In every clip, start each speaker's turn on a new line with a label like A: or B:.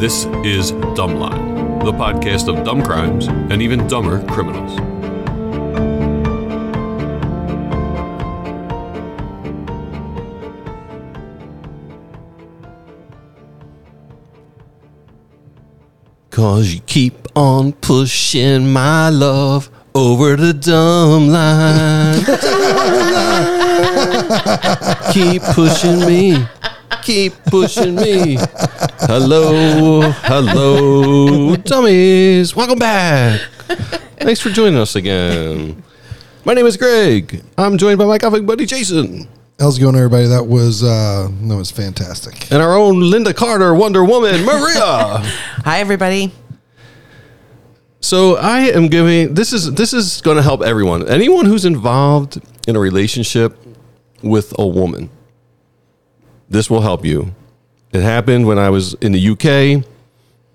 A: This is Dumbline, the podcast of dumb crimes and even dumber criminals.
B: Cause you keep on pushing my love over the dumb line. keep pushing me. Keep pushing me. Hello, hello, dummies. Welcome back. Thanks for joining us again. My name is Greg. I'm joined by my comic buddy Jason
C: How's it going, everybody? That was uh, that was fantastic.
B: and our own Linda Carter Wonder Woman, Maria.
D: Hi, everybody.
B: So I am giving this is this is going to help everyone. Anyone who's involved in a relationship with a woman, this will help you. It happened when I was in the UK.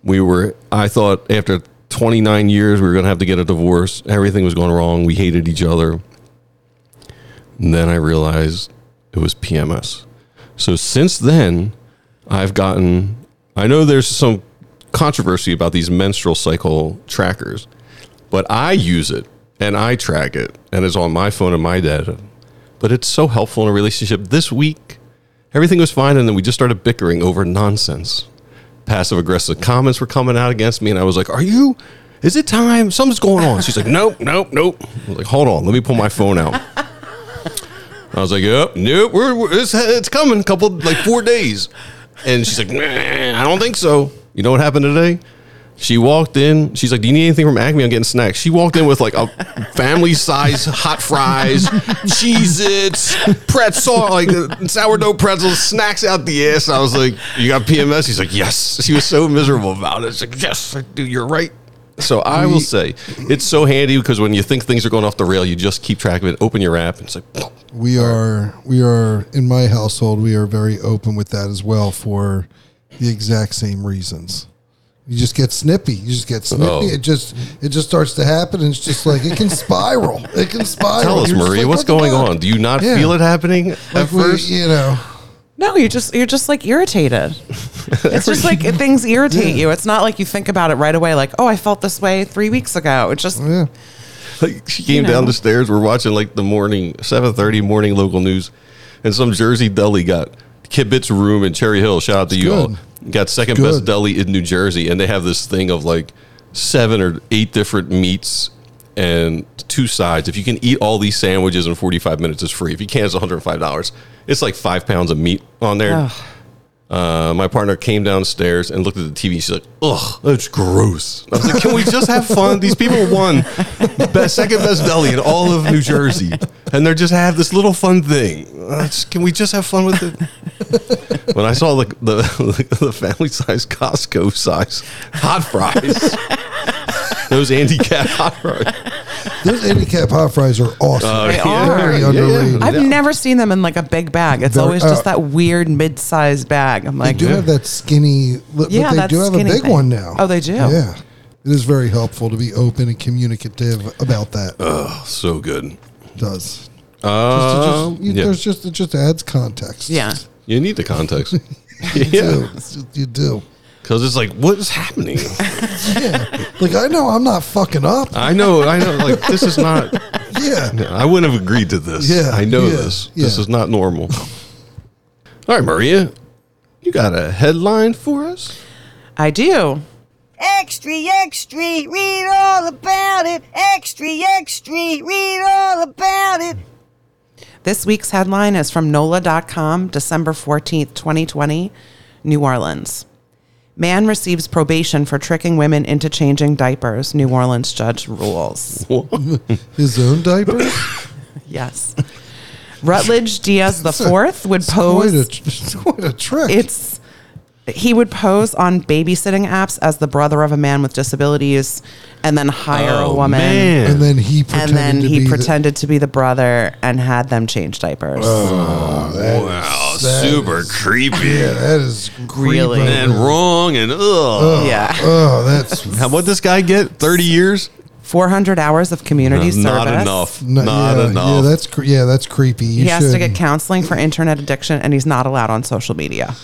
B: We were I thought after 29 years we were going to have to get a divorce. Everything was going wrong. We hated each other. And then I realized it was PMS. So since then, I've gotten. I know there's some controversy about these menstrual cycle trackers, but I use it and I track it, and it's on my phone and my data. But it's so helpful in a relationship. This week, everything was fine, and then we just started bickering over nonsense. Passive aggressive comments were coming out against me, and I was like, "Are you? Is it time? Something's going on." She's like, "Nope, nope, nope." I was like, "Hold on, let me pull my phone out." I was like, "Yep, nope, we're, we're, it's, it's coming. Couple like four days." And she's like, nah, "I don't think so." You know what happened today? She walked in. She's like, "Do you need anything from Acme? I'm getting snacks." She walked in with like a family size hot fries, Cheez-Its, pretzel, like uh, sourdough pretzels, snacks out the ass. I was like, "You got PMS?" He's like, "Yes." She was so miserable about it. She's like, "Yes, dude, you're right." So I will say it's so handy because when you think things are going off the rail, you just keep track of it. Open your app and it's like,
C: We are we are in my household. We are very open with that as well for the exact same reasons. You just get snippy. You just get snippy.
B: Oh.
C: It just it just starts to happen. And it's just like it can spiral. It can spiral.
B: Tell us,
C: You're just
B: Maria,
C: like,
B: what's
C: what the
B: going
C: fuck?
B: on? Do you not
C: Yeah.
B: feel it happening at
C: Like we-
B: first?
C: you know,
D: No, you're just you're just like irritated. It's just like things irritate you. It's not like you think about it right away. Like, oh, I felt this way three weeks ago. It's just
C: yeah.
B: Like she came
D: know.
B: down the stairs. We're watching like the morning seven thirty morning local news, and some Jersey deli got Kibitz Room in Cherry Hill. Shout out to you all.
C: good.
B: Got second
C: It's
B: best
C: good.
B: deli in New Jersey, and they have this thing of like seven or eight different meats and two sides. If you can eat all these sandwiches in forty five minutes, it's free. If you can't, it's one hundred five dollars. It's like five pounds of meat on there.
D: Ugh.
B: Uh, my partner came downstairs and looked at the TV. She's like, "Ugh, that's gross." I was like, "Can we just have fun? These people won best, second best deli in all of New Jersey, and they're just have this little fun thing. Uh, just- can we just have fun with it?" When I saw the the, the family size Costco size hot fries, those Andy Cat hot fries,
C: Those handicap hot fries are awesome.
B: Uh,
D: They
B: yeah.
D: are.
C: Very
B: Yeah, yeah.
C: underrated.
D: I've
B: Yeah.
D: never seen them in like a big bag. It's
C: Very-
D: always just
C: uh,
D: that weird mid-sized bag. I'm
C: they
D: like,
C: do have that skinny. But
D: Yeah,
C: they
D: that
C: do have a
D: skinny
C: big
D: thing.
C: one now.
D: Oh, they do?
C: Yeah. It is very helpful to be open and communicative about that.
B: Uh, so good.
C: does.
B: Um,
C: Just- you-
B: yeah.
C: There's just it just adds context.
D: "Mm, yeah,
B: you need the context.
C: You do.
B: Yeah,
C: It's just- you do.
B: because it's like, what is happening?
C: Yeah, like I know I'm not fucking up.
B: I know, I know. Like this is not.
C: Yeah,
B: I wouldn't have agreed to this.
C: Yeah,
B: I know
C: yeah,
B: this.
C: yeah.
B: This is not normal. All right, Maria, you got a headline for us?
D: I do.
E: Extra, extra, read all about it. Extra, extra, read all about it.
D: This week's headline is from NOLA.com, December 14th, 2020, New Orleans. Man receives probation for tricking women into changing diapers, New Orleans judge rules.
C: his own diaper. It's
D: Yes. Rutledge Diaz the
C: It's a-
D: fourth would
C: quite a,
D: pose
C: it's quite a trick.
D: it's he would pose on babysitting apps as the brother of a man with disabilities and then hire a woman
C: and then he Oh, pretended
D: and then
C: to
D: he
C: be the-
D: pretended to be the brother and had them change diapers.
C: Oh.
B: wow,
C: that
B: super creepy
C: yeah, that is
D: Really?
C: creep
B: and
C: over.
B: wrong and ugh.
D: yeah.
C: Oh, that's
B: How what this guy get? Thirty years? Uh,
D: 400 hours of community service.
B: Not enough.
C: no-
B: not
C: yeah,
B: enough.
C: Yeah, that's cre- yeah, that's creepy. You
D: He has to get
C: shouldn't.
D: counseling for internet addiction and he's not allowed on social media.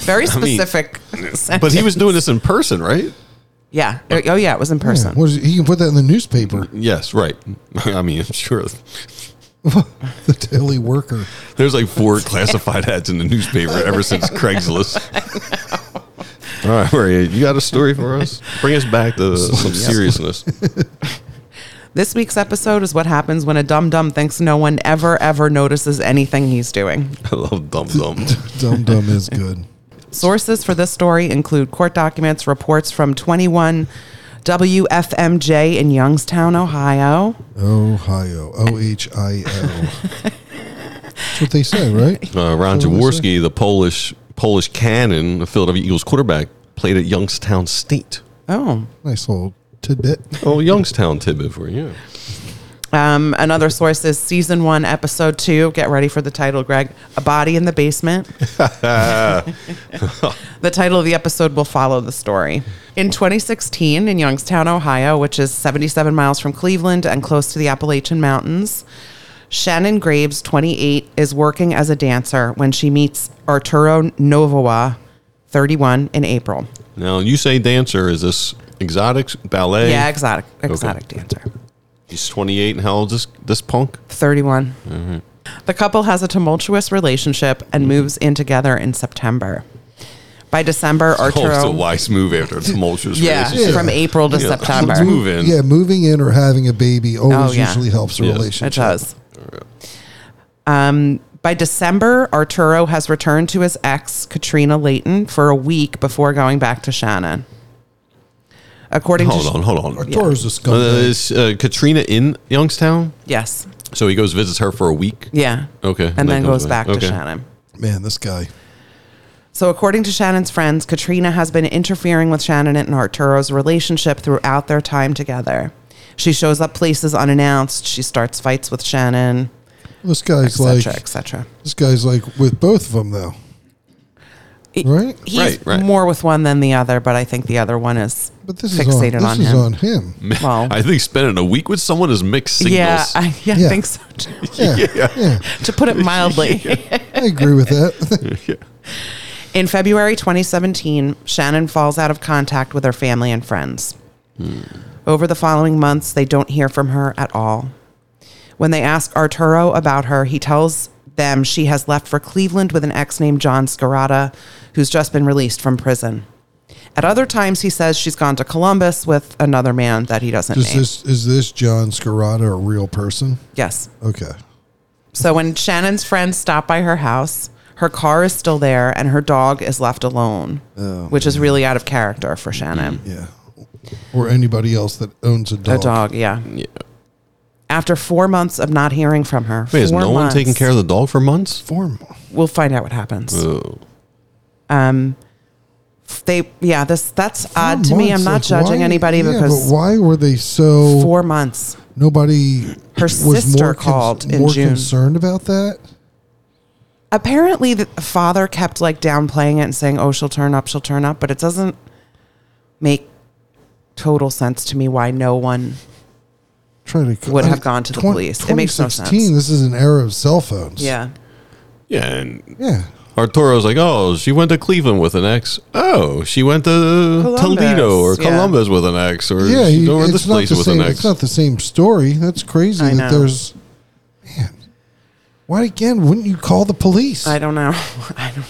D: Very
B: I mean,
D: specific.
B: But he was
D: sentence.
B: doing this in person, right?
D: Yeah. Oh, yeah. It was in person.
C: What is it? He can put that in the newspaper,
B: Yes, right. I mean, I'm sure
C: the Daily Worker.
B: there's like four classified ads in the newspaper ever since Craigslist. All right, Maria, you got a story for us? Bring us back to some seriousness.
D: This week's episode is what happens when a dum dum thinks no one ever, ever notices anything he's doing.
B: I love Dum Dum.
C: Dum Dum is good.
D: Sources for this story include court documents, reports from 21 WFMJ in Youngstown, Ohio.
C: Ohio. O H I O. That's what they say, right?
B: Uh, Ron
C: What was
B: Jaworski, the Polish Polish cannon, the Philadelphia Eagles quarterback, played at Youngstown State.
D: Oh.
C: Nice little tidbit.
B: Oh, Youngstown tidbit for you.
D: Um, another source is season one, episode two. Get ready for the title, Greg. A Body in the Basement. the title of the episode will follow the story. In 2016, in Youngstown, Ohio, which is 77 miles from Cleveland and close to the Appalachian Mountains, Shannon Graves, 28, is working as a dancer when she meets Arturo Novoa, 31, in April.
B: Now, you say dancer. Is this exotic ballet?
D: Yeah, exotic, exotic dancer.
B: He's 28, and how old is this, this punk?
D: 31.
B: Mm-hmm.
D: The couple has a tumultuous relationship and moves in together in September. By December,
B: Oh, it's a
D: Arturo.
B: wise move after a tumultuous
D: yeah,
B: relationship.
D: from April to
B: Yeah.
D: September.
B: Let's move in.
C: Yeah, moving in or having a baby always
D: Oh, yeah.
C: usually helps a
B: Yes.
C: relationship.
D: It does. Um, by December, Arturo has returned to his ex, Katrina Layton, for a week before going back to Shannon. According to.
B: Hold on, hold on.
C: Taurus is
B: Uh,
C: scumbag.
B: is uh, Katrina in Youngstown?
D: Yes.
B: So he goes visits her for a week.
D: Yeah.
B: Okay,
D: And
B: that
D: then
B: comes
D: goes back
B: Okay.
D: to Shannon.
C: Man, this guy.
D: So, according to Shannon's friends, Katrina has been interfering with Shannon and Arturo's relationship throughout their time together. She shows up places unannounced. She starts fights with Shannon,
C: This guy's
D: etc.,
C: like.
D: cetera, etc.
C: This guy's like with both of them though. Right?
D: He's
B: Right, right.
D: more with one than the other, but I think the other one is
C: But this is on,
D: fixated
C: this
D: on,
C: is
D: him.
C: on him.
D: Well,
B: I think spending a week with someone is mixed signals.
D: yeah, I, yeah, I
C: Yeah.
D: think so. Too.
C: Yeah, yeah.
D: to put it mildly.
C: I agree with that.
D: In February 2017, Shannon falls out of contact with her family and friends. Over the following months, they don't hear from her at all. When they ask Arturo about her, he tells them she has left for Cleveland with an ex named John Scarata, who's just been released from prison. At other times, he says she's gone to Columbus with another man that he doesn't
C: is
D: name.
C: this is this John Scarrata a real person?
D: yes.
C: Okay.
D: So when Shannon's friends stop by her house, her car is still there and her dog is left alone, which is really out of character for Shannon.
C: Yeah. Or anybody else that owns a dog.
D: A dog, yeah.
B: yeah.
D: After four months of not hearing from her,
B: Wait, has
D: four
B: no one
D: months,
B: taken care of the dog for months?
C: Form.
D: We'll find out what happens.
B: Oh.
D: They, yeah, this that's odd Uh, to me. I'm not
C: Months, like,
D: judging
C: why-
D: anybody
C: yeah,
D: because
C: but why were they so
D: four months.
C: nobody
D: Her sister called in
C: more
D: June.
C: concerned about that?
D: Apparently, the father kept like downplaying it and saying, "Oh, she'll turn up, she'll turn up," but it doesn't make total sense to me why no one
C: Trying to
D: Would have gone to the
C: twen-
D: police. It makes no
C: 2016,
D: sense.
C: This is an era of cell phones.
D: Yeah.
B: Yeah, and
C: Yeah.
B: Arturo's like, oh, she went to Cleveland with an ex. Oh, she went to Toledo or
D: yeah.
B: Columbus with an ex, or
C: Yeah.
B: she's
C: he-
B: over at this
C: it's, not
B: place
C: the
B: with
C: same,
B: an
C: it's
B: ex.
C: not the same story. That's crazy
D: I
C: that
D: know.
C: there's man. Why again wouldn't you call the police?
D: I don't know. I don't know.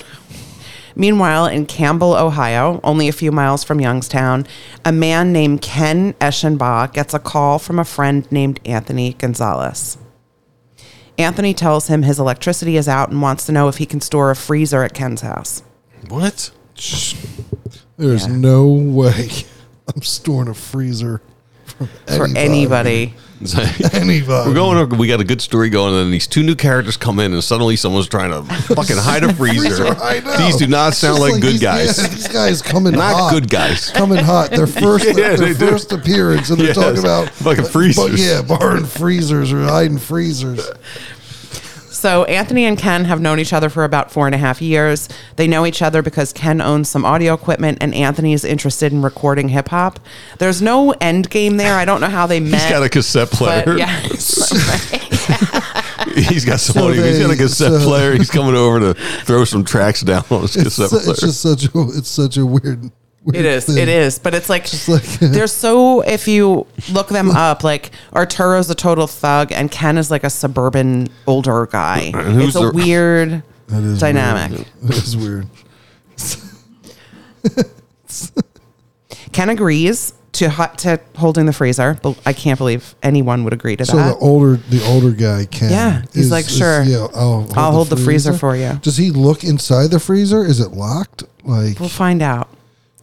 D: Meanwhile, in Campbell, Ohio, only a few miles from Youngstown, a man named Ken Eschenbach gets a call from a friend named Anthony Gonzalez. Anthony tells him his electricity is out and wants to know if he can store a freezer at Ken's house.
B: what?
C: There's no way I'm storing a freezer for
D: For anybody.
B: It's like-
C: Anybody.
B: We're going. We got a good story going, and then these two new characters come in, and suddenly someone's trying to fucking hide a freezer.
C: I know.
B: These do not
C: It's
B: sound
C: just
B: like, good
C: these-
B: guys.
C: yeah, these guys coming
B: Not
C: hot.
B: good guys.
C: Coming hot. Their first
B: they
C: their
B: do.
C: first appearance and they're
B: Yes.
C: talking about
B: Fucking
C: but-
B: freezers.
C: yeah, borrowing freezers or hiding freezers.
D: So Anthony and Ken have known each other for about four and a half years. They know each other because Ken owns some audio equipment and Anthony is interested in recording hip hop. There's no end game there. I don't know how they met.
B: He's got a cassette player.
D: But yeah,
B: he's got some
C: So
B: audio. he's got a
C: they-
B: cassette
C: so-
B: player. He's coming over to throw some tracks down on his
C: It's,
B: cassette
C: su-
B: player.
C: it's just such a it's such a weird. weird
D: It is.
C: thing.
D: It is. But it's like,
C: like-
D: they're so. If you look them up, like Arturo's a total thug, and Ken is like a suburban older guy.
B: who's
D: It's a
B: the-
D: weird
C: That is
D: dynamic.
C: Weird. That is weird.
D: Ken agrees to hot to holding the freezer, but I can't believe anyone would agree to
C: So
D: that.
C: the older the older guy can.
D: Yeah, he's like, "Sure.
C: yeah, I'll hold,
D: I'll hold the freezer for you."
C: Does he look inside the freezer? Is it locked? Like
D: we'll find out.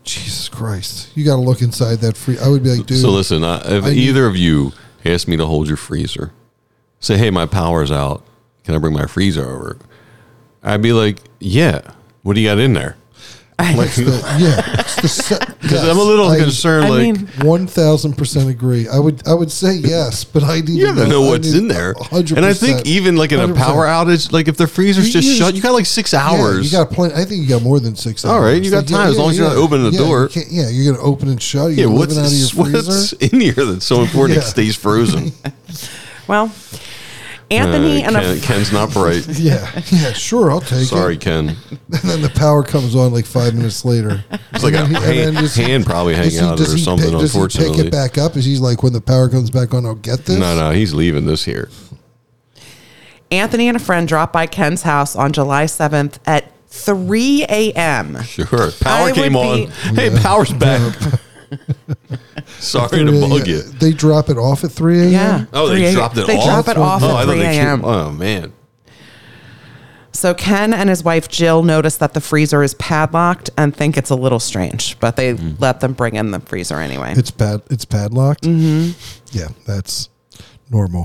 C: Jesus Christ, you got to look inside that free. I would be like, dude.
B: so listen, I, if
C: I-
B: either of you asked me to hold your freezer, say, "Hey, my power's out. Can I bring my freezer over?" I'd be like, "Yeah. What do you got in there?"
C: it's the, yeah, it's the se-
B: Because
C: yes,
B: I'm a little
C: I-
B: concerned.
D: I
B: like,
D: mean-
C: One thousand percent agree. I would I would say yes, but I need
B: You
C: to
B: have to know
C: I
B: what's
C: need
B: in there.
C: 100%.
B: And I think even like in a
C: 100%.
B: power outage, like if the freezer's
C: You
B: just
C: use-
B: shut, you got like six
C: Yeah,
B: hours.
C: you got plenty. I think you got more than six.
B: All
C: hours.
B: right, you got time, as long as you're not opening the
C: yeah,
B: door.
C: You can't- yeah, you're gonna open and shut.
B: yeah,
C: You're
B: what's,
C: living out of your
B: what's
C: freezer.
B: in here that's so important it
C: Yeah.
B: stays frozen?
D: Well, Anthony
B: Uh,
D: and
B: Ken-
D: a
B: Ken's not bright.
C: Yeah, yeah, sure, I'll take
B: Sorry,
C: it.
B: Ken.
C: And then the power comes on like five minutes later.
B: It's like a
C: And then
B: hand,
C: does he-
B: hand probably
C: does
B: hanging
C: he-
B: out
C: does
B: or
C: he pick-
B: something,
C: does he
B: unfortunately.
C: pick it back up? Is he like when the power comes back on? I'll get this.
B: No, no, he's leaving this here.
D: Anthony and a friend dropped by Ken's house on July 7th at 3 a.m.
B: Sure. Power
D: I
B: came on.
D: would
B: Hey, power's back. Sorry to bug you.
C: They drop it off at three a.m.
D: Yeah.
B: Oh,
D: 3
B: they
D: a.m.
B: dropped it
D: They
B: off?
D: drop it off
B: oh, I
D: at
B: thought
D: 3
B: they came-
D: a.m.
B: Oh, man.
D: So Ken and his wife Jill notice that the freezer is padlocked and think it's a little strange, but they let them bring in the freezer anyway.
C: It's pad. It's padlocked. Mm-hmm. Yeah, that's normal.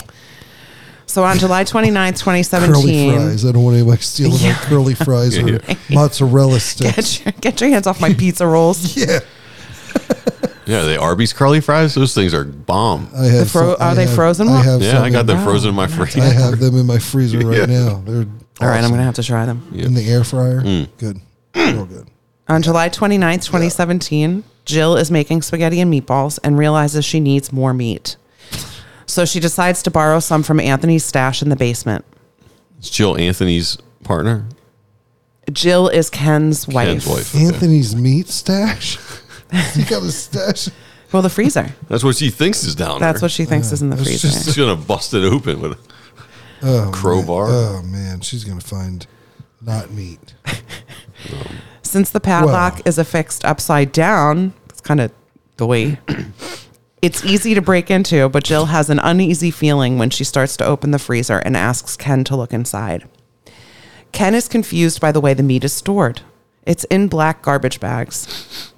D: So on July 29th,
C: Curly
D: 2017,
C: fries. I don't want anybody stealing
D: Yeah.
C: my curly fries or
B: Yeah.
C: mozzarella sticks.
D: get your, get your hands off my pizza rolls.
C: Yeah,
B: Yeah, the Arby's curly fries, those things are bomb.
C: I have.
D: fro-
C: some- I
D: are they
C: have-
D: frozen
C: I
D: ones?
C: have.
B: Yeah,
C: some
B: I got
C: in-
B: them frozen in my
C: I
B: freezer.
C: have them in my freezer right
B: Yeah.
C: now. They're
D: All right, I'm
C: awesome.
D: going to have to try them.
C: in the air fryer.
B: Mm.
C: Good, real good.
D: On July 29th, 2017, Jill is making spaghetti and meatballs and realizes she needs more meat. So she decides to borrow some from Anthony's stash in the basement.
B: It's Jill Anthony's partner.
D: Jill is Ken's wife.
B: Ken's wife.
C: Anthony's meat stash. you got a stash.
D: Well, the freezer.
B: That's what she thinks is down
D: That's
B: there.
D: what she thinks is in the
C: That's
D: freezer.
C: just-
B: She's gonna bust it open with a crowbar.
C: Oh man, she's gonna find not meat.
D: Since the padlock
C: Well.
D: is affixed upside down, it's kind of the way. It's easy to break into, but Jill has an uneasy feeling when she starts to open the freezer and asks Ken to look inside. Ken is confused by the way the meat is stored. It's in black garbage bags.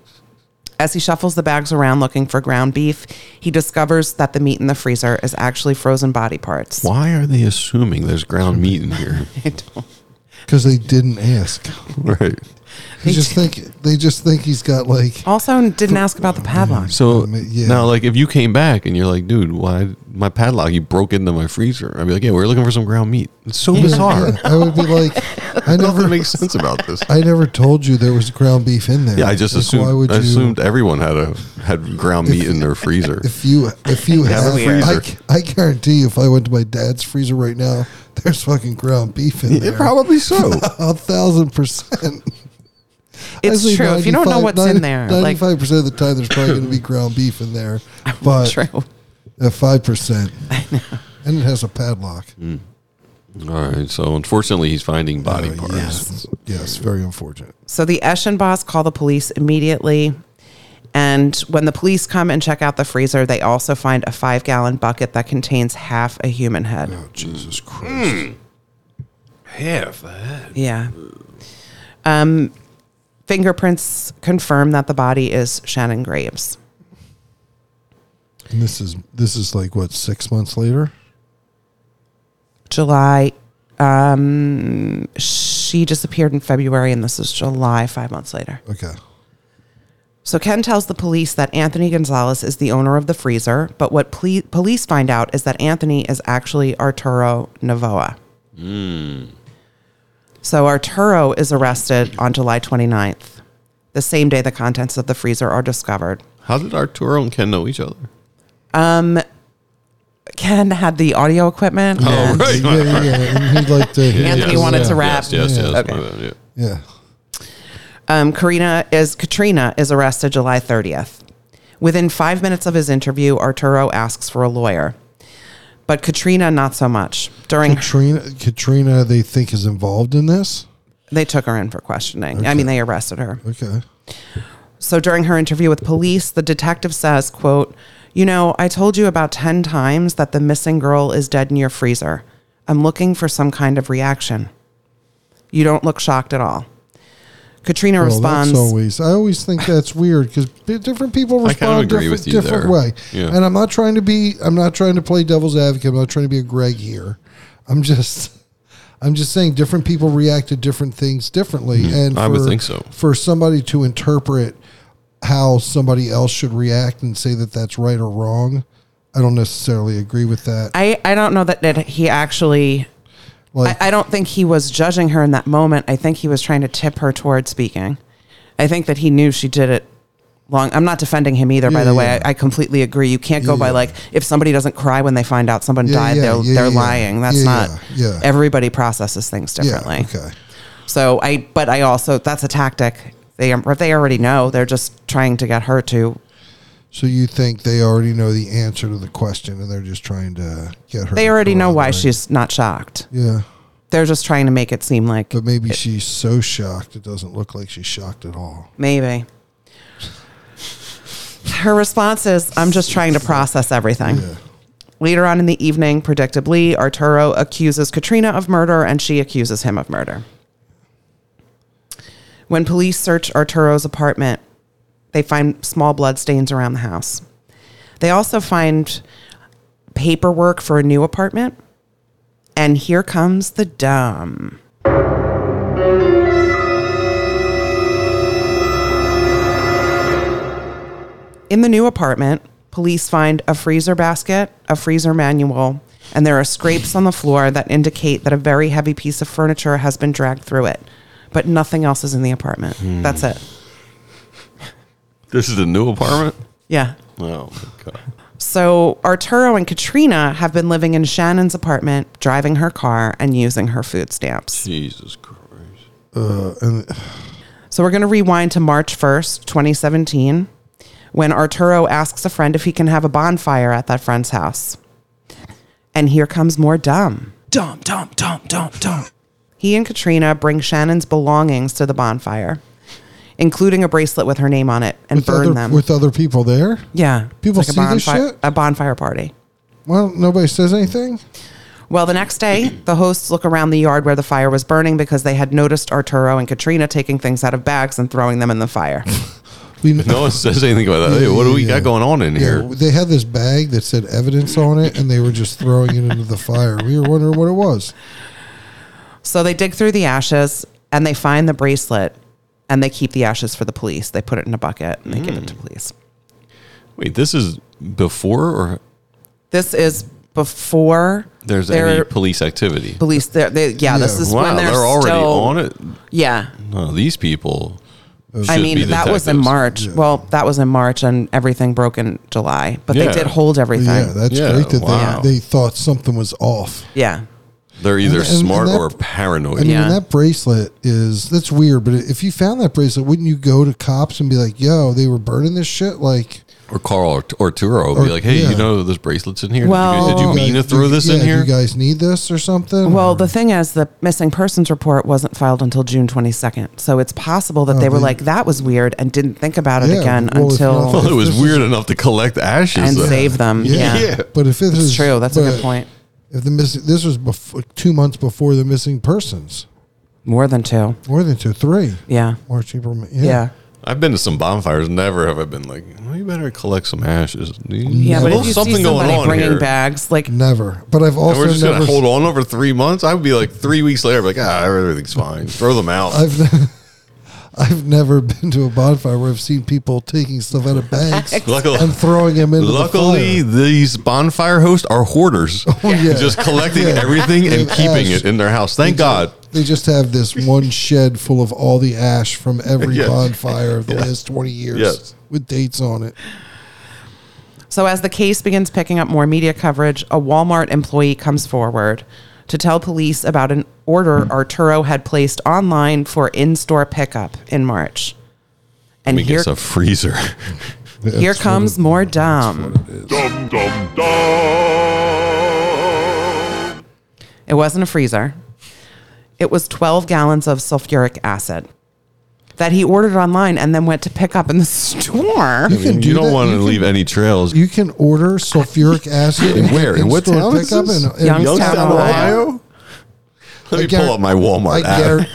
D: As he shuffles the bags around looking for ground beef, he discovers that the meat in the freezer is actually frozen body parts.
B: Why are they assuming there's ground meat in here?
C: Because they didn't ask.
B: right.
C: They just think they just think he's got like
D: Also, didn't ask about the padlock.
B: So
C: Um, yeah.
B: now, like, if you came back and you're like, "Dude, why my padlock? You broke into my freezer." I'd be like, "Yeah, we we're looking for some ground meat." It's so bizarre.
C: I would be like, I
B: Nothing
C: never,
B: makes sense about this.
C: I never told you there was ground beef in there.
B: Yeah, I just
C: Like, Why
B: assumed.
C: would
B: I
C: you?
B: assumed everyone had a had ground meat in their freezer.
C: if you if you
B: Have a
C: have,
B: freezer.
C: I, c- I guarantee you, if I went to my dad's freezer right now, there's fucking ground beef in there.
B: Yeah, probably so.
C: a thousand percent.
D: It's true. If you don't know what's in there, like
C: ninety-five percent of the time, there's probably going to be ground beef in there. But
D: true.
C: at five percent, and it has a padlock.
B: All right. So unfortunately, he's finding body
C: Uh,
B: parts.
C: yes, yes, very unfortunate.
D: So the Eschenbach call the police immediately. And when the police come and check out the freezer, they also find a five gallon bucket that contains half a human head.
C: Oh
D: Mm.
C: Jesus Christ!
B: Half that.
D: Yeah. Um, fingerprints confirm that the body is Shannon Graves.
C: And this is this is like what six months later.
D: July, um, she disappeared in February, and this is July, five months later.
C: Okay.
D: So Ken tells the police that Anthony Gonzalez is the owner of the freezer, but what ple- police find out is that Anthony is actually Arturo Navoa. So Arturo is arrested on July 29th, the same day the contents of the freezer are discovered.
B: How did Arturo and Ken know each other?
D: Ken had the audio equipment.
B: Oh,
D: and
B: right.
C: Yeah, yeah, yeah. And he'd like to.
D: Anthony wanted to rap.
B: Yes, yes, yes.
D: Okay.
B: my bad, yeah.
C: Yeah.
D: Um, Karina is Katrina is arrested July 30th. Within five minutes of his interview, Arturo asks for a lawyer, but Katrina not so much. During
C: Katrina, Katrina, they think is involved in this.
D: they took her in for questioning. I mean, they arrested her.
C: Okay.
D: So during her interview with police, the detective says, "quote You know, I told you about ten times that the missing girl is dead in your freezer. I'm looking for some kind of reaction. You don't look shocked at all." Katrina
C: Well,
D: responds,
C: that's always. I always think that's weird because different people
B: I kind of
C: respond
B: agree
C: different,
B: with you
C: different
B: there.
C: way.
B: Yeah.
C: And I'm not trying to be. I'm not trying to play devil's advocate. I'm not trying to be a Greg here. I'm just. I'm just saying different people react to different things differently, and
B: Hmm. I would think so.
C: For somebody to interpret how somebody else should react and say that that's right or wrong, I don't necessarily agree with that.
D: I, I don't know that, that he actually
C: Like-
D: I, I don't think he was judging her in that moment. I think he was trying to tip her toward speaking. I think that he knew she did it long. I'm not defending him either, by
C: Yeah,
D: the way.
C: yeah.
D: I, I completely agree. You can't go
C: Yeah,
D: by
C: yeah.
D: like if somebody doesn't cry when they find out someone
C: Yeah,
D: died,
C: yeah,
D: they're
C: yeah,
D: they're
C: yeah.
D: lying. That's
C: Yeah,
D: not
C: yeah, yeah.
D: everybody processes things differently.
C: Yeah. Okay.
D: So I but I also that's a tactic. They are- they already know. They're just trying to get her to
C: So you think they already know the answer to the question, and they're just trying to get her?
D: they
C: to
D: already know why
C: corroborate.
D: she's not shocked.
C: Yeah,
D: They're just trying to make it seem like
C: but maybe she's so shocked it doesn't look like she's shocked at all.
D: Maybe. Her response is, I'm just trying to process everything.
C: Yeah.
D: Later on in the evening, predictably, Arturo accuses Katrina of murder and she accuses him of murder. When police search Arturo's apartment, they find small blood stains around the house. They also find paperwork for a new apartment. And here comes the dumb. In the new apartment, police find a freezer basket, a freezer manual, and there are scrapes on the floor that indicate that a very heavy piece of furniture has been dragged through it. But nothing else is in the apartment. That's it.
B: This is a new apartment?
D: Yeah.
B: Oh, my God.
D: So Arturo and Katrina have been living in Shannon's apartment, driving her car, and using her food stamps.
B: Jesus Christ.
C: Uh, and
D: So we're going to rewind to March 1st, 2017, when Arturo asks a friend if he can have a bonfire at that friend's house. And here comes more dumb.
F: Dumb, dumb, dumb, dumb, dumb.
D: He and Katrina bring Shannon's belongings to the bonfire, including a bracelet with her name on it, and
C: with
D: burn
C: other,
D: them.
C: with other people there.
D: yeah.
C: People
D: It's a
C: see this
D: bonfire-
C: shit?
D: A bonfire party.
C: Well, nobody says anything.
D: Well, the next day, the hosts look around the yard where the fire was burning because they had noticed Arturo and Katrina taking things out of bags and throwing them in the fire.
C: We
B: No one says anything about that. Hey, what do we
C: Yeah.
B: got going on in
C: Yeah,
B: here?
C: they had this bag that said evidence on it, and they were just throwing it into the fire. We were wondering what it was.
D: so they dig through the ashes and they find the bracelet and they keep the ashes for the police. They put it in a bucket and they give it to
C: Mm.
D: police.
B: Wait, this is before or
D: This is before
B: there's
D: their
B: any police activity?
D: police. They're, they, yeah, this
C: Yeah.
D: is
B: Wow,
D: when
B: they're,
D: they're,
B: already
D: still-
B: on it.
D: Yeah,
B: No, these people.
D: I
B: should
D: mean,
B: be
D: that was in
B: detectives.
D: March. Well, that was in March, and everything broke in July. But
B: Yeah.
D: they did hold everything.
C: Yeah,
D: Yeah,
C: that's
B: Yeah,
C: great that
B: wow.
C: they, they thought something was off.
B: They're either
C: And- and- and
B: smart
C: that-
B: or paranoid.
C: I mean,
D: Yeah.
C: and that bracelet is that's weird. But if you found that bracelet, wouldn't you go to cops and be like, "Yo, they were burning this shit"? Like,
B: Or Carl or, or Turo would be
C: Or-
B: like, hey,
C: yeah.
B: you know, this bracelet's in here.
D: Well-
B: did, you, did you mean to
C: guys-
B: throw this
C: yeah,
B: in
C: Do
B: here?
C: you guys need this or something?
D: Oh. Well, the thing is, the missing persons report wasn't filed until June 22nd. So it's possible that they were
C: Oh, they-
D: like, that was weird, and didn't think about it
C: Yeah,
D: again
C: well, if not-
D: until
B: well, it was
C: This is-
B: weird enough to collect ashes.
D: and
B: though.
D: save them.
B: Mm-hmm.
D: Yeah.
C: But if this
D: It's
C: is
D: true. That's a good
C: but
D: point.
C: If the missing, this was before, two months before the missing persons,
D: More than two.
C: more than two, three.
D: Yeah.
C: March, April, May-
D: Yeah.
C: yeah.
B: I've been to some bonfires. Never have I been like, well, you better collect some ashes. Yeah,
D: Yeah, but
C: Well,
D: if you see somebody bringing bags, like
C: Never. But I've
B: and
C: also
B: we're just
C: never.
B: gonna hold on over three months. I would be like three weeks later, I'd be like ah, everything's fine. Throw them out.
C: I've. I've never been to a bonfire where I've seen people taking stuff out of bags
B: Luckily-
C: and throwing them into
B: Luckily,
C: the
B: these bonfire hosts are hoarders,
C: Oh, yeah.
B: just collecting
C: Yeah.
B: everything and
C: Yeah,
B: keeping
C: ash.
B: it in their house. Thank God.
C: fire. They just have this one shed full of all the ash from every
B: Yeah.
C: bonfire of the last 20 years
B: Yes.
C: with dates on it.
D: So, as the case begins picking up more media coverage, a Walmart employee comes forward to tell police about an order Arturo had placed online for in store pickup in March. And
B: I mean,
D: here,
B: it's a freezer.
D: here comes more dumb. It wasn't a freezer. It was 12 gallons of sulfuric acid that he ordered online and then went to pick up in the store.
C: You can do
B: you don't
C: that.
B: want to
C: You can-
B: leave any trails.
C: You can order sulfuric acid.
B: And where? In
C: and
B: what
C: store
B: town is
C: pickup
B: this?
C: and- and-
D: Youngstown,
B: Youngstown,
D: Ohio.
B: Ohio? Let
C: I
B: me
C: guar-
B: pull up my Walmart
C: I
B: app.
C: guar-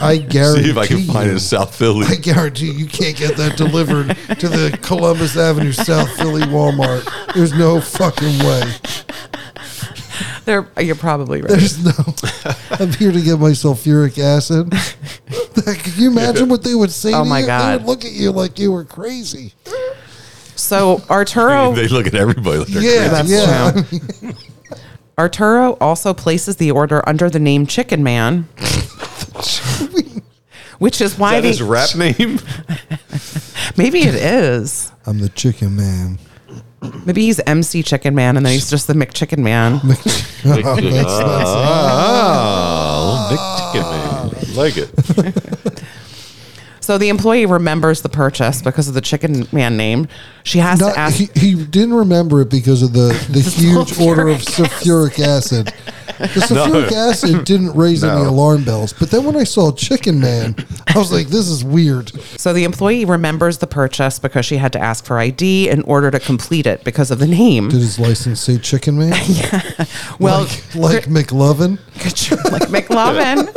C: I
B: See if I can
C: guarantee
B: find it in
C: you.
B: South Philly.
C: I guarantee you can't get that delivered to the Columbus Avenue South Philly Walmart. There's no fucking way.
D: There, you're probably right.
C: There's no. I'm here to get my sulfuric acid. Can you imagine what they would say?
D: Oh
C: to
D: my
C: you? They
D: God.
C: would look at you like you were crazy.
D: So Arturo
B: They look at everybody like they're
C: yeah,
B: crazy.
C: yeah.
D: Arturo also places the order under the name Chicken Man, which is
B: Is
D: why
B: that
D: they,
B: his rap name?
D: maybe it is.
C: I'm the chicken man.
D: Maybe he's MC Chicken Man and then he's just the McChicken Man.
B: Ah, Oh, Nick Ticketman. I like it.
D: So the employee remembers the purchase because of the Chicken Man name. She has
C: Not,
D: to ask.
C: he, he didn't remember it because of the, the huge order of sulfuric acid. The sulfuric acid didn't raise any
B: No.
C: alarm bells. But then when I saw Chicken Man, I was like, this is weird.
D: so the employee remembers the purchase because she had to ask for ID in order to complete it because of the name.
C: Did his license say Chicken Man?
D: Well,
C: like, like McLovin?
D: Kat- like McLovin.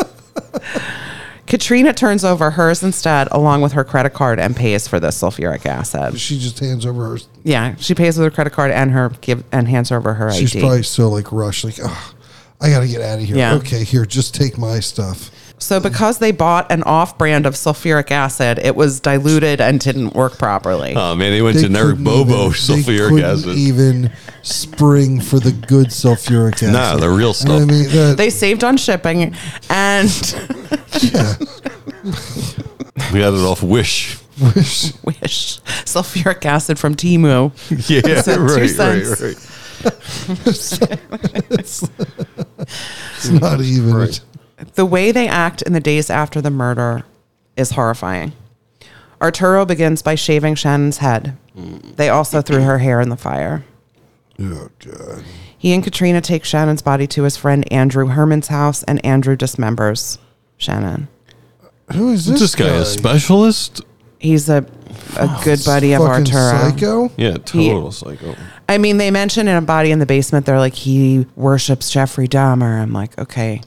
D: Katrina turns over hers instead, along with her credit card, and pays for the sulfuric acid.
C: She just hands over her.
D: Yeah, she pays with her credit card and her give and hands over her
C: She's
D: ID.
C: probably so like rushed, like, oh, I got to get out of here.
D: Yeah.
C: Okay, here, just take my stuff.
D: so because they bought an off-brand of sulfuric acid, it was diluted and didn't work properly.
B: Oh man, they went
C: They
B: generic
C: couldn't
B: Bobo
C: even- they
B: sulfuric
C: couldn't
B: acid.
C: Even spring for the good sulfuric acid.
B: Nah, the real
C: You know what
B: stuff.
C: I mean, That-
D: they saved on shipping, and
B: We had it off Wish.
D: wish sulfuric acid from Timu.
B: Yeah, right,
D: two
B: right,
D: cents.
B: right.
C: it's not even.
D: The way they act in the days after the murder is horrifying. Arturo begins by shaving Shannon's head. They also threw her hair in the fire.
C: Oh god.
D: He and Katrina take Shannon's body to his friend Andrew Herman's house, and Andrew dismembers Shannon.
C: Who is this,
B: This guy a specialist?
D: He's a, a good buddy of
C: Fucking
D: Arturo.
C: psycho.
B: Yeah, total psycho.
D: I mean, they mention in a body in the basement, they're like, he worships Jeffrey Dahmer. I'm like, okay.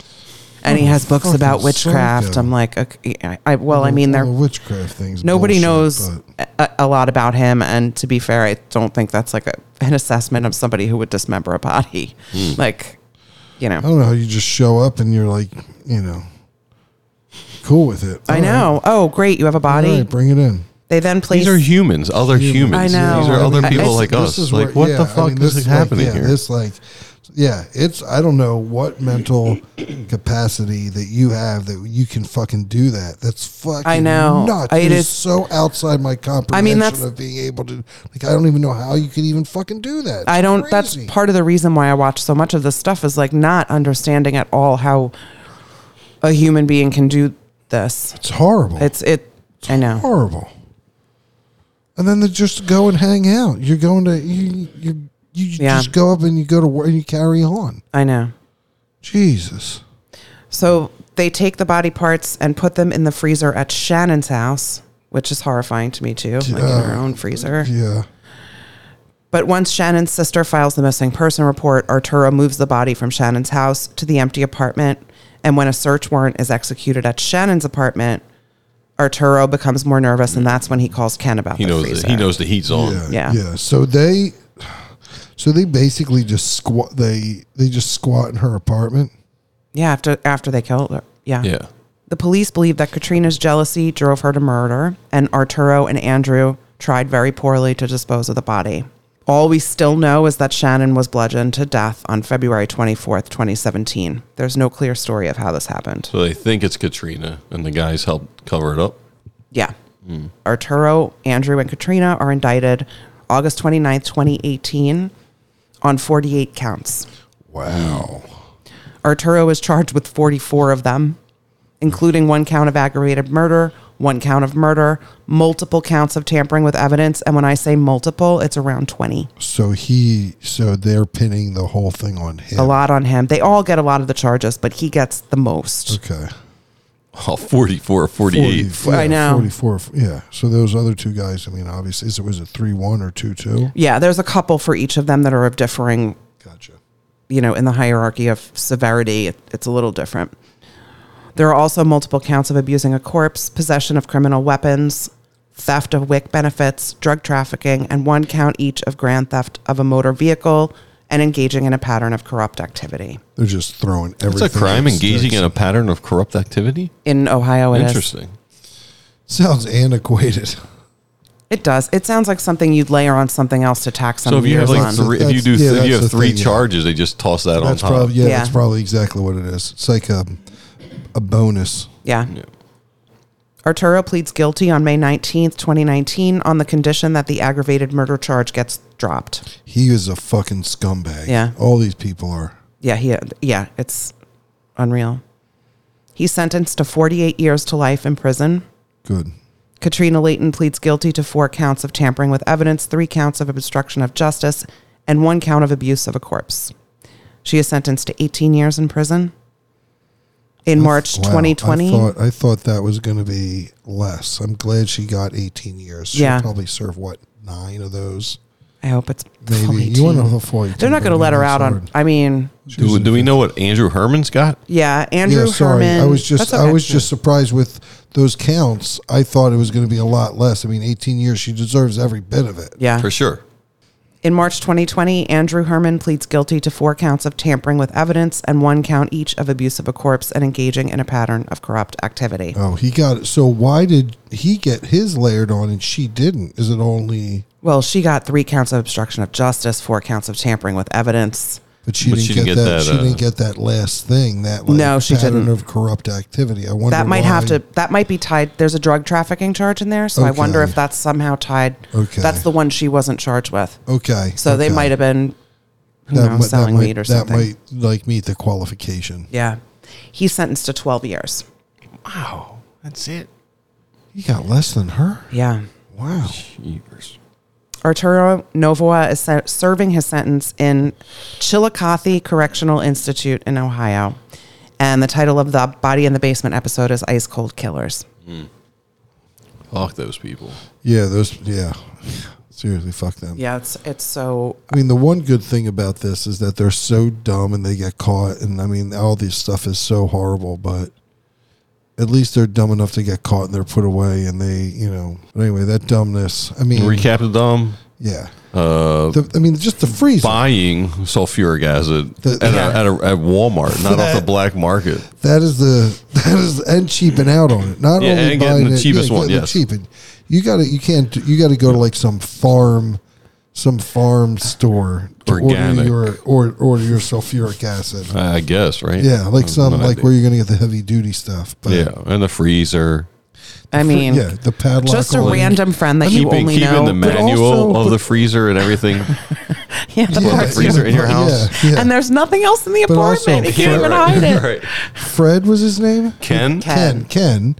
D: And he has books
C: fucking
D: about witchcraft.
C: psycho.
D: I'm like, okay, I, I, well, I mean,
C: All
D: they're
C: the Oh, witchcraft things.
D: nobody
C: bullshit,
D: knows
C: but-
D: a, a lot about him and to be fair i don't think that's like a, an assessment of somebody who would dismember a body like you
C: I
D: know
C: don't know how you just show up and you're like, you know, cool with it. All
D: i
C: right.
D: know oh great you have a
C: All
D: body
C: right, bring it in.
D: they then place
B: These are humans, other humans.
D: I know.
B: These are
D: I
B: other
D: mean,
B: people like
D: this-
B: us.
C: where-
B: like, what
C: yeah,
B: the
C: I
B: fuck
C: mean,
B: this is,
C: like,
B: happening
C: yeah,
B: here?
C: This like, yeah, it's I don't know what mental capacity that you have that you can fucking do that. That's fucking
D: I know.
C: nuts.
D: I-
C: it
D: it
C: is
D: is-
C: so outside my comprehension
D: that's-
C: of being able to like. I don't even know how you could even fucking do that. It's
D: i don't
C: crazy.
D: that's part of the reason why i watch so much of this stuff is like not understanding at all how a human being can do this
C: It's horrible.
D: it's it i know
C: horrible. And then they just go and hang out. You're going to you you you
D: Yeah.
C: just go up and you go to work and you carry on.
D: i know
C: Jesus.
D: So they take the body parts and put them in the freezer at Shannon's house, which is horrifying to me too, like in her own freezer.
C: Yeah.
D: But once Shannon's sister files the missing person report, Arturo moves the body from Shannon's house to the empty apartment. And when a search warrant is executed at Shannon's apartment, Arturo becomes more nervous, and that's when he calls Ken about
B: He
D: the
B: knows.
D: freezer.
B: He knows the heat's on.
C: Yeah.
D: Yeah.
C: Yeah. So they, so they basically just squat. They they just squat in her apartment.
D: Yeah, after after they killed her. Yeah.
B: Yeah.
D: The police believe that Katrina's jealousy drove her to murder, and Arturo and Andrew tried very poorly to dispose of the body. All we still know is that Shannon was bludgeoned to death on February 24th, 2017. There's no clear story of how this happened.
B: So they think it's Katrina, and the guys helped cover it up.
D: Yeah. Arturo, Andrew, and Katrina are indicted August 29th, 2018, on 48 counts.
C: Wow.
D: Arturo is charged with 44 of them, including one count of aggravated murder, one count of murder, multiple counts of tampering with evidence. And when I say multiple, it's around 20.
C: So he, so they're pinning the whole thing on him.
D: A lot on him. They all get a lot of the charges, but he gets the most.
C: Okay.
B: Oh, 44 or 48.
C: 40,
D: I know.
C: 44. Yeah. So those other two guys, I mean, obviously, is it, was it 3 1 or 2 2?
D: Yeah, there's a couple for each of them that are of differing,
C: Gotcha.
D: you know, in the hierarchy of severity. It, it's a little different. There are also multiple counts of abusing a corpse, possession of criminal weapons, theft of WIC benefits, drug trafficking, and one count each of grand theft of a motor vehicle and engaging in a pattern of corrupt activity.
C: They're just throwing everything.
B: It's a crime
C: that
B: engaging
C: sticks.
B: in a pattern of corrupt activity.
D: In Ohio, it is.
B: Interesting.
C: Sounds antiquated.
D: It does. It sounds like something you'd layer on something else to tax some
B: So if you
D: years
B: have like
D: on.
B: three, if you
C: That's-
B: do,
C: yeah,
B: if you
C: that's
B: have
C: the
B: three
C: thing, yeah.
B: charges, they just toss that
C: That's
B: on top.
C: probably, yeah, that's
D: Yeah.
C: probably exactly what it is. It's like a, a bonus.
D: yeah.
B: Yeah.
D: Arturo pleads guilty on May 19th, 2019, on the condition that the aggravated murder charge gets dropped.
C: He is a fucking scumbag.
D: Yeah.
C: All these people are.
D: Yeah, he, yeah, it's unreal. He's sentenced to 48 years to life in prison.
C: Good.
D: Katrina Leighton pleads guilty to four counts of tampering with evidence, three counts of obstruction of justice, and one count of abuse of a corpse. She is sentenced to 18 years in prison. In March
C: Wow.
D: 2020,
C: I thought, I thought that was going to be less. I'm glad she got 18 years. She'll
D: Yeah.
C: probably serve, what, nine of those?
D: I hope it's
C: Maybe.
D: full
C: You want
D: 18.
C: to full 18,
D: They're not going to
C: but
D: let her
C: that's
D: out on.
C: hard.
D: I mean,
B: Do, do we know what Andrew Herman's got?
D: yeah,
C: yeah,
D: Andrew
C: sorry.
D: Herman.
C: I was just
D: That's okay.
C: I was just surprised with those counts. I thought it was going to be a lot less. I mean, 18 years. She deserves every bit of it.
D: yeah.
B: For sure.
D: In March 2020, Andrew Herman pleads guilty to four counts of tampering with evidence and one count each of abuse of a corpse and engaging in a pattern of corrupt activity.
C: Oh, he got it. So why did he get his layered on and she didn't? Is it only?
D: Well, she got three counts of obstruction of justice, four counts of tampering with evidence.
C: But she
B: But
C: didn't
B: she
C: get,
B: didn't get
C: that.
B: that,
C: she
B: uh,
C: didn't get that last thing. That like,
D: No, she
C: pattern
D: didn't.
C: of corrupt activity. I wonder
D: That might have
C: why-
D: to. That might be tied. There's a drug trafficking charge in there, so I wonder
C: Okay.
D: if that's somehow tied.
C: Okay.
D: That's the one she wasn't charged with.
C: Okay,
D: So they
C: okay.
D: might have been, who
C: That
D: knows,
C: might- that
D: selling
C: might-
D: weed or something.
C: That might like meet the qualification.
D: Yeah. He's sentenced to 12 years.
B: Wow, that's it.
C: He got less than her.
D: Yeah.
C: Wow.
D: Arturo Novoa is se- serving his sentence in Chillicothe Correctional Institute in Ohio. And the title of the Body in the Basement episode is Ice Cold Killers.
B: Fuck those people.
C: Yeah. Those. Yeah. Seriously, fuck them.
D: Yeah, it's it's so
C: I mean, the one good thing about this is that they're so dumb and they get caught. And I mean, all this stuff is so horrible, but at least they're dumb enough to get caught and they're put away and they, you know. But anyway, that dumbness. I mean,
B: Recap the dumb
C: yeah. Uh, I mean, just the freezer.
B: buying sulfuric acid
C: The-
B: at,
C: Yeah.
B: a, at, a, at Walmart, not off the
C: That-
B: black market.
C: That is the that is and cheaping out on it. Not
B: Yeah,
C: only
B: and getting
C: buying
B: the
C: it,
B: cheapest one,
C: getting the
B: yes.
C: cheaping. You got to you can't do- you got to go to like some farm, some farm store to
B: Organic.
C: order your or order your sulfuric acid.
B: I guess, right?
C: Yeah, like some
B: no
C: like
B: idea.
C: where you're gonna get the heavy duty stuff. But
B: Yeah, and the freezer.
D: I mean
C: yeah, the padlock.
D: just a
C: on it.
D: random friend that you
B: Keeping,
D: only
B: keeping
D: know.
B: the manual
C: also-
B: of the freezer and everything.
D: yeah, the
C: Yeah,
B: the
D: parts you-
B: freezer in your house.
C: Yeah, yeah.
D: And there's nothing else in the
C: But also-
D: apartment. you can't
B: Right,
D: even
B: right,
D: hide it.
B: right.
C: Fred was his name.
B: Ken?
C: Ken. Ken.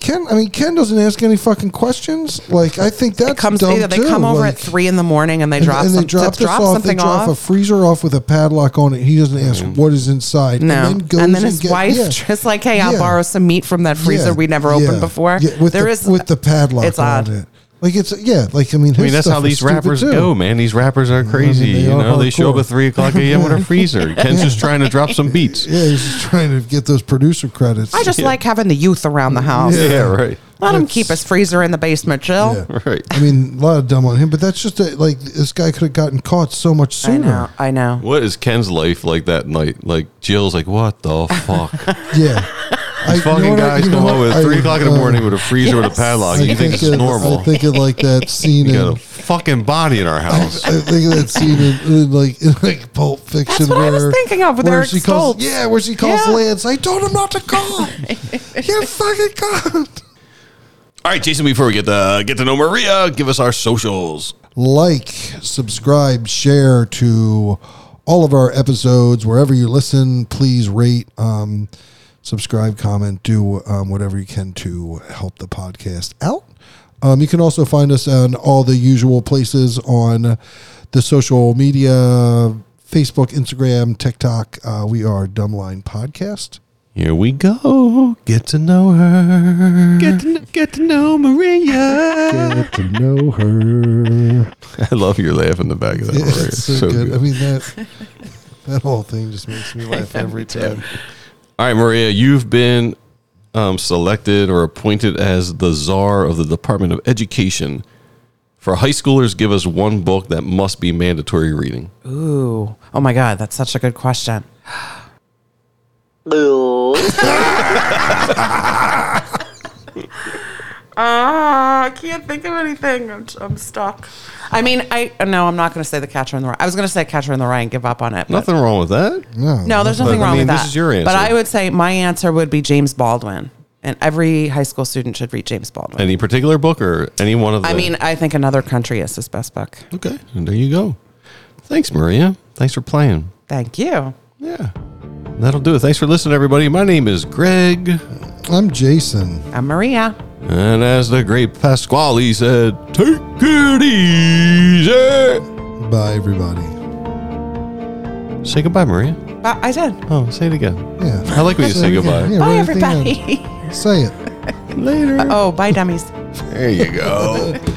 C: Ken. I mean, Ken doesn't ask any fucking questions. Like I think that's
D: It comes
C: dumb
D: either they
C: too.
D: come over
C: like,
D: at three in the morning and they
C: and,
D: drop,
C: and they
D: some-
C: drop,
D: to
C: this
D: drop
C: off.
D: something
C: they drop
D: off. Mm.
C: a freezer off with a padlock on it. He doesn't ask what is inside.
D: No.
C: and
D: And
C: then, goes
D: then, his
C: get-
D: wife
C: yeah.
D: just like, hey, I'll
C: Yeah.
D: borrow some meat from that freezer
C: Yeah,
D: we never opened
C: yeah,
D: before. There
C: Yeah,
D: is
C: with the, with the padlock
D: It's
C: on
D: odd.
C: it. Like it's yeah, like I mean,
B: I mean, that's how these rappers go, man. These rappers are crazy.
C: they
B: you
C: are
B: know, they show up
C: hardcore.
B: at three o'clock a.m. with a freezer. Ken's just trying to drop some beats.
C: Yeah, he's just trying to get those producer credits.
D: I just like having the youth around the house.
C: Yeah.
B: Yeah, right.
D: Let him keep his freezer in the basement, Jill.
C: Yeah.
B: Right.
C: I mean, a lot of dumb on him, but that's just a, like this guy could have gotten caught so much
D: I
C: sooner.
D: know. I know.
B: What is Ken's life like that night? Like Jill's like, what the fuck?
C: Yeah, I, you know
B: Fucking
C: what I-
B: guys
C: you know
B: come
C: what?
B: home at
C: I-
B: three o'clock in the
C: uh,
B: morning with a freezer with a padlock.
C: I
B: you think,
C: of-
B: it's normal?
C: I think of like that scene
B: you
C: in.
B: got a fucking body in our house.
C: I think of that scene in, in like in like Pulp Fiction.
D: That's what I
C: where,
D: was thinking of with
C: where
D: Eric
C: she calls,
D: Stoltz.
C: Yeah, where she calls
D: Yeah.
C: Lance. I told him not to call. you fucking called.
B: All right, Jason. Before we get to get to know Maria, give us our socials.
C: like, subscribe, share to all of our episodes wherever you listen. Please rate, um, subscribe, comment, do um, whatever you can to help the podcast out. Um, you can also find us on all the usual places on the social media Facebook, Instagram, TikTok. Uh, we are Dumbline Podcast.
B: Here we go. Get to know her. Get to, get to know Maria.
C: Get to know her.
B: I love your laugh in the back of that. Maria.
C: it's so, good. I mean that that whole thing just makes me laugh every time.
B: All right, Maria, you've been um, selected or appointed as the czar of the Department of Education. For high schoolers, give us one book that must be mandatory reading.
D: Ooh. Oh my God, that's such a good question. Ah, I can't think of anything. I'm, I'm stuck. I mean, I no, I'm not going to say the Catcher in the Rye. I was going to say Catcher in the Rye and give up on it. but-
B: Nothing wrong with that.
C: No,
D: No, there's nothing
B: But, I
D: wrong
B: mean,
D: with that.
B: this is your
D: But
B: answer.
D: I would say my answer would be James Baldwin, and every high school student should read James Baldwin.
B: Any particular book or any one of the
D: I mean, I think Another Country is his best book.
B: Okay, and there you go. Thanks, Maria. Thanks for playing.
D: Thank you.
B: Yeah. That'll do it. Thanks for listening, everybody. My name is Greg.
C: I'm Jason.
D: I'm Maria.
B: And as the great Pasquale said, take it easy.
C: Bye, everybody.
B: Say goodbye, Maria.
D: But I did.
B: Oh, say it again.
C: Yeah,
B: I like when you say
C: it again.
B: goodbye.
C: Yeah,
D: Bye,
C: write it down.
D: everybody.
C: Say it.
B: Later.
D: oh, bye, dummies.
B: There you go.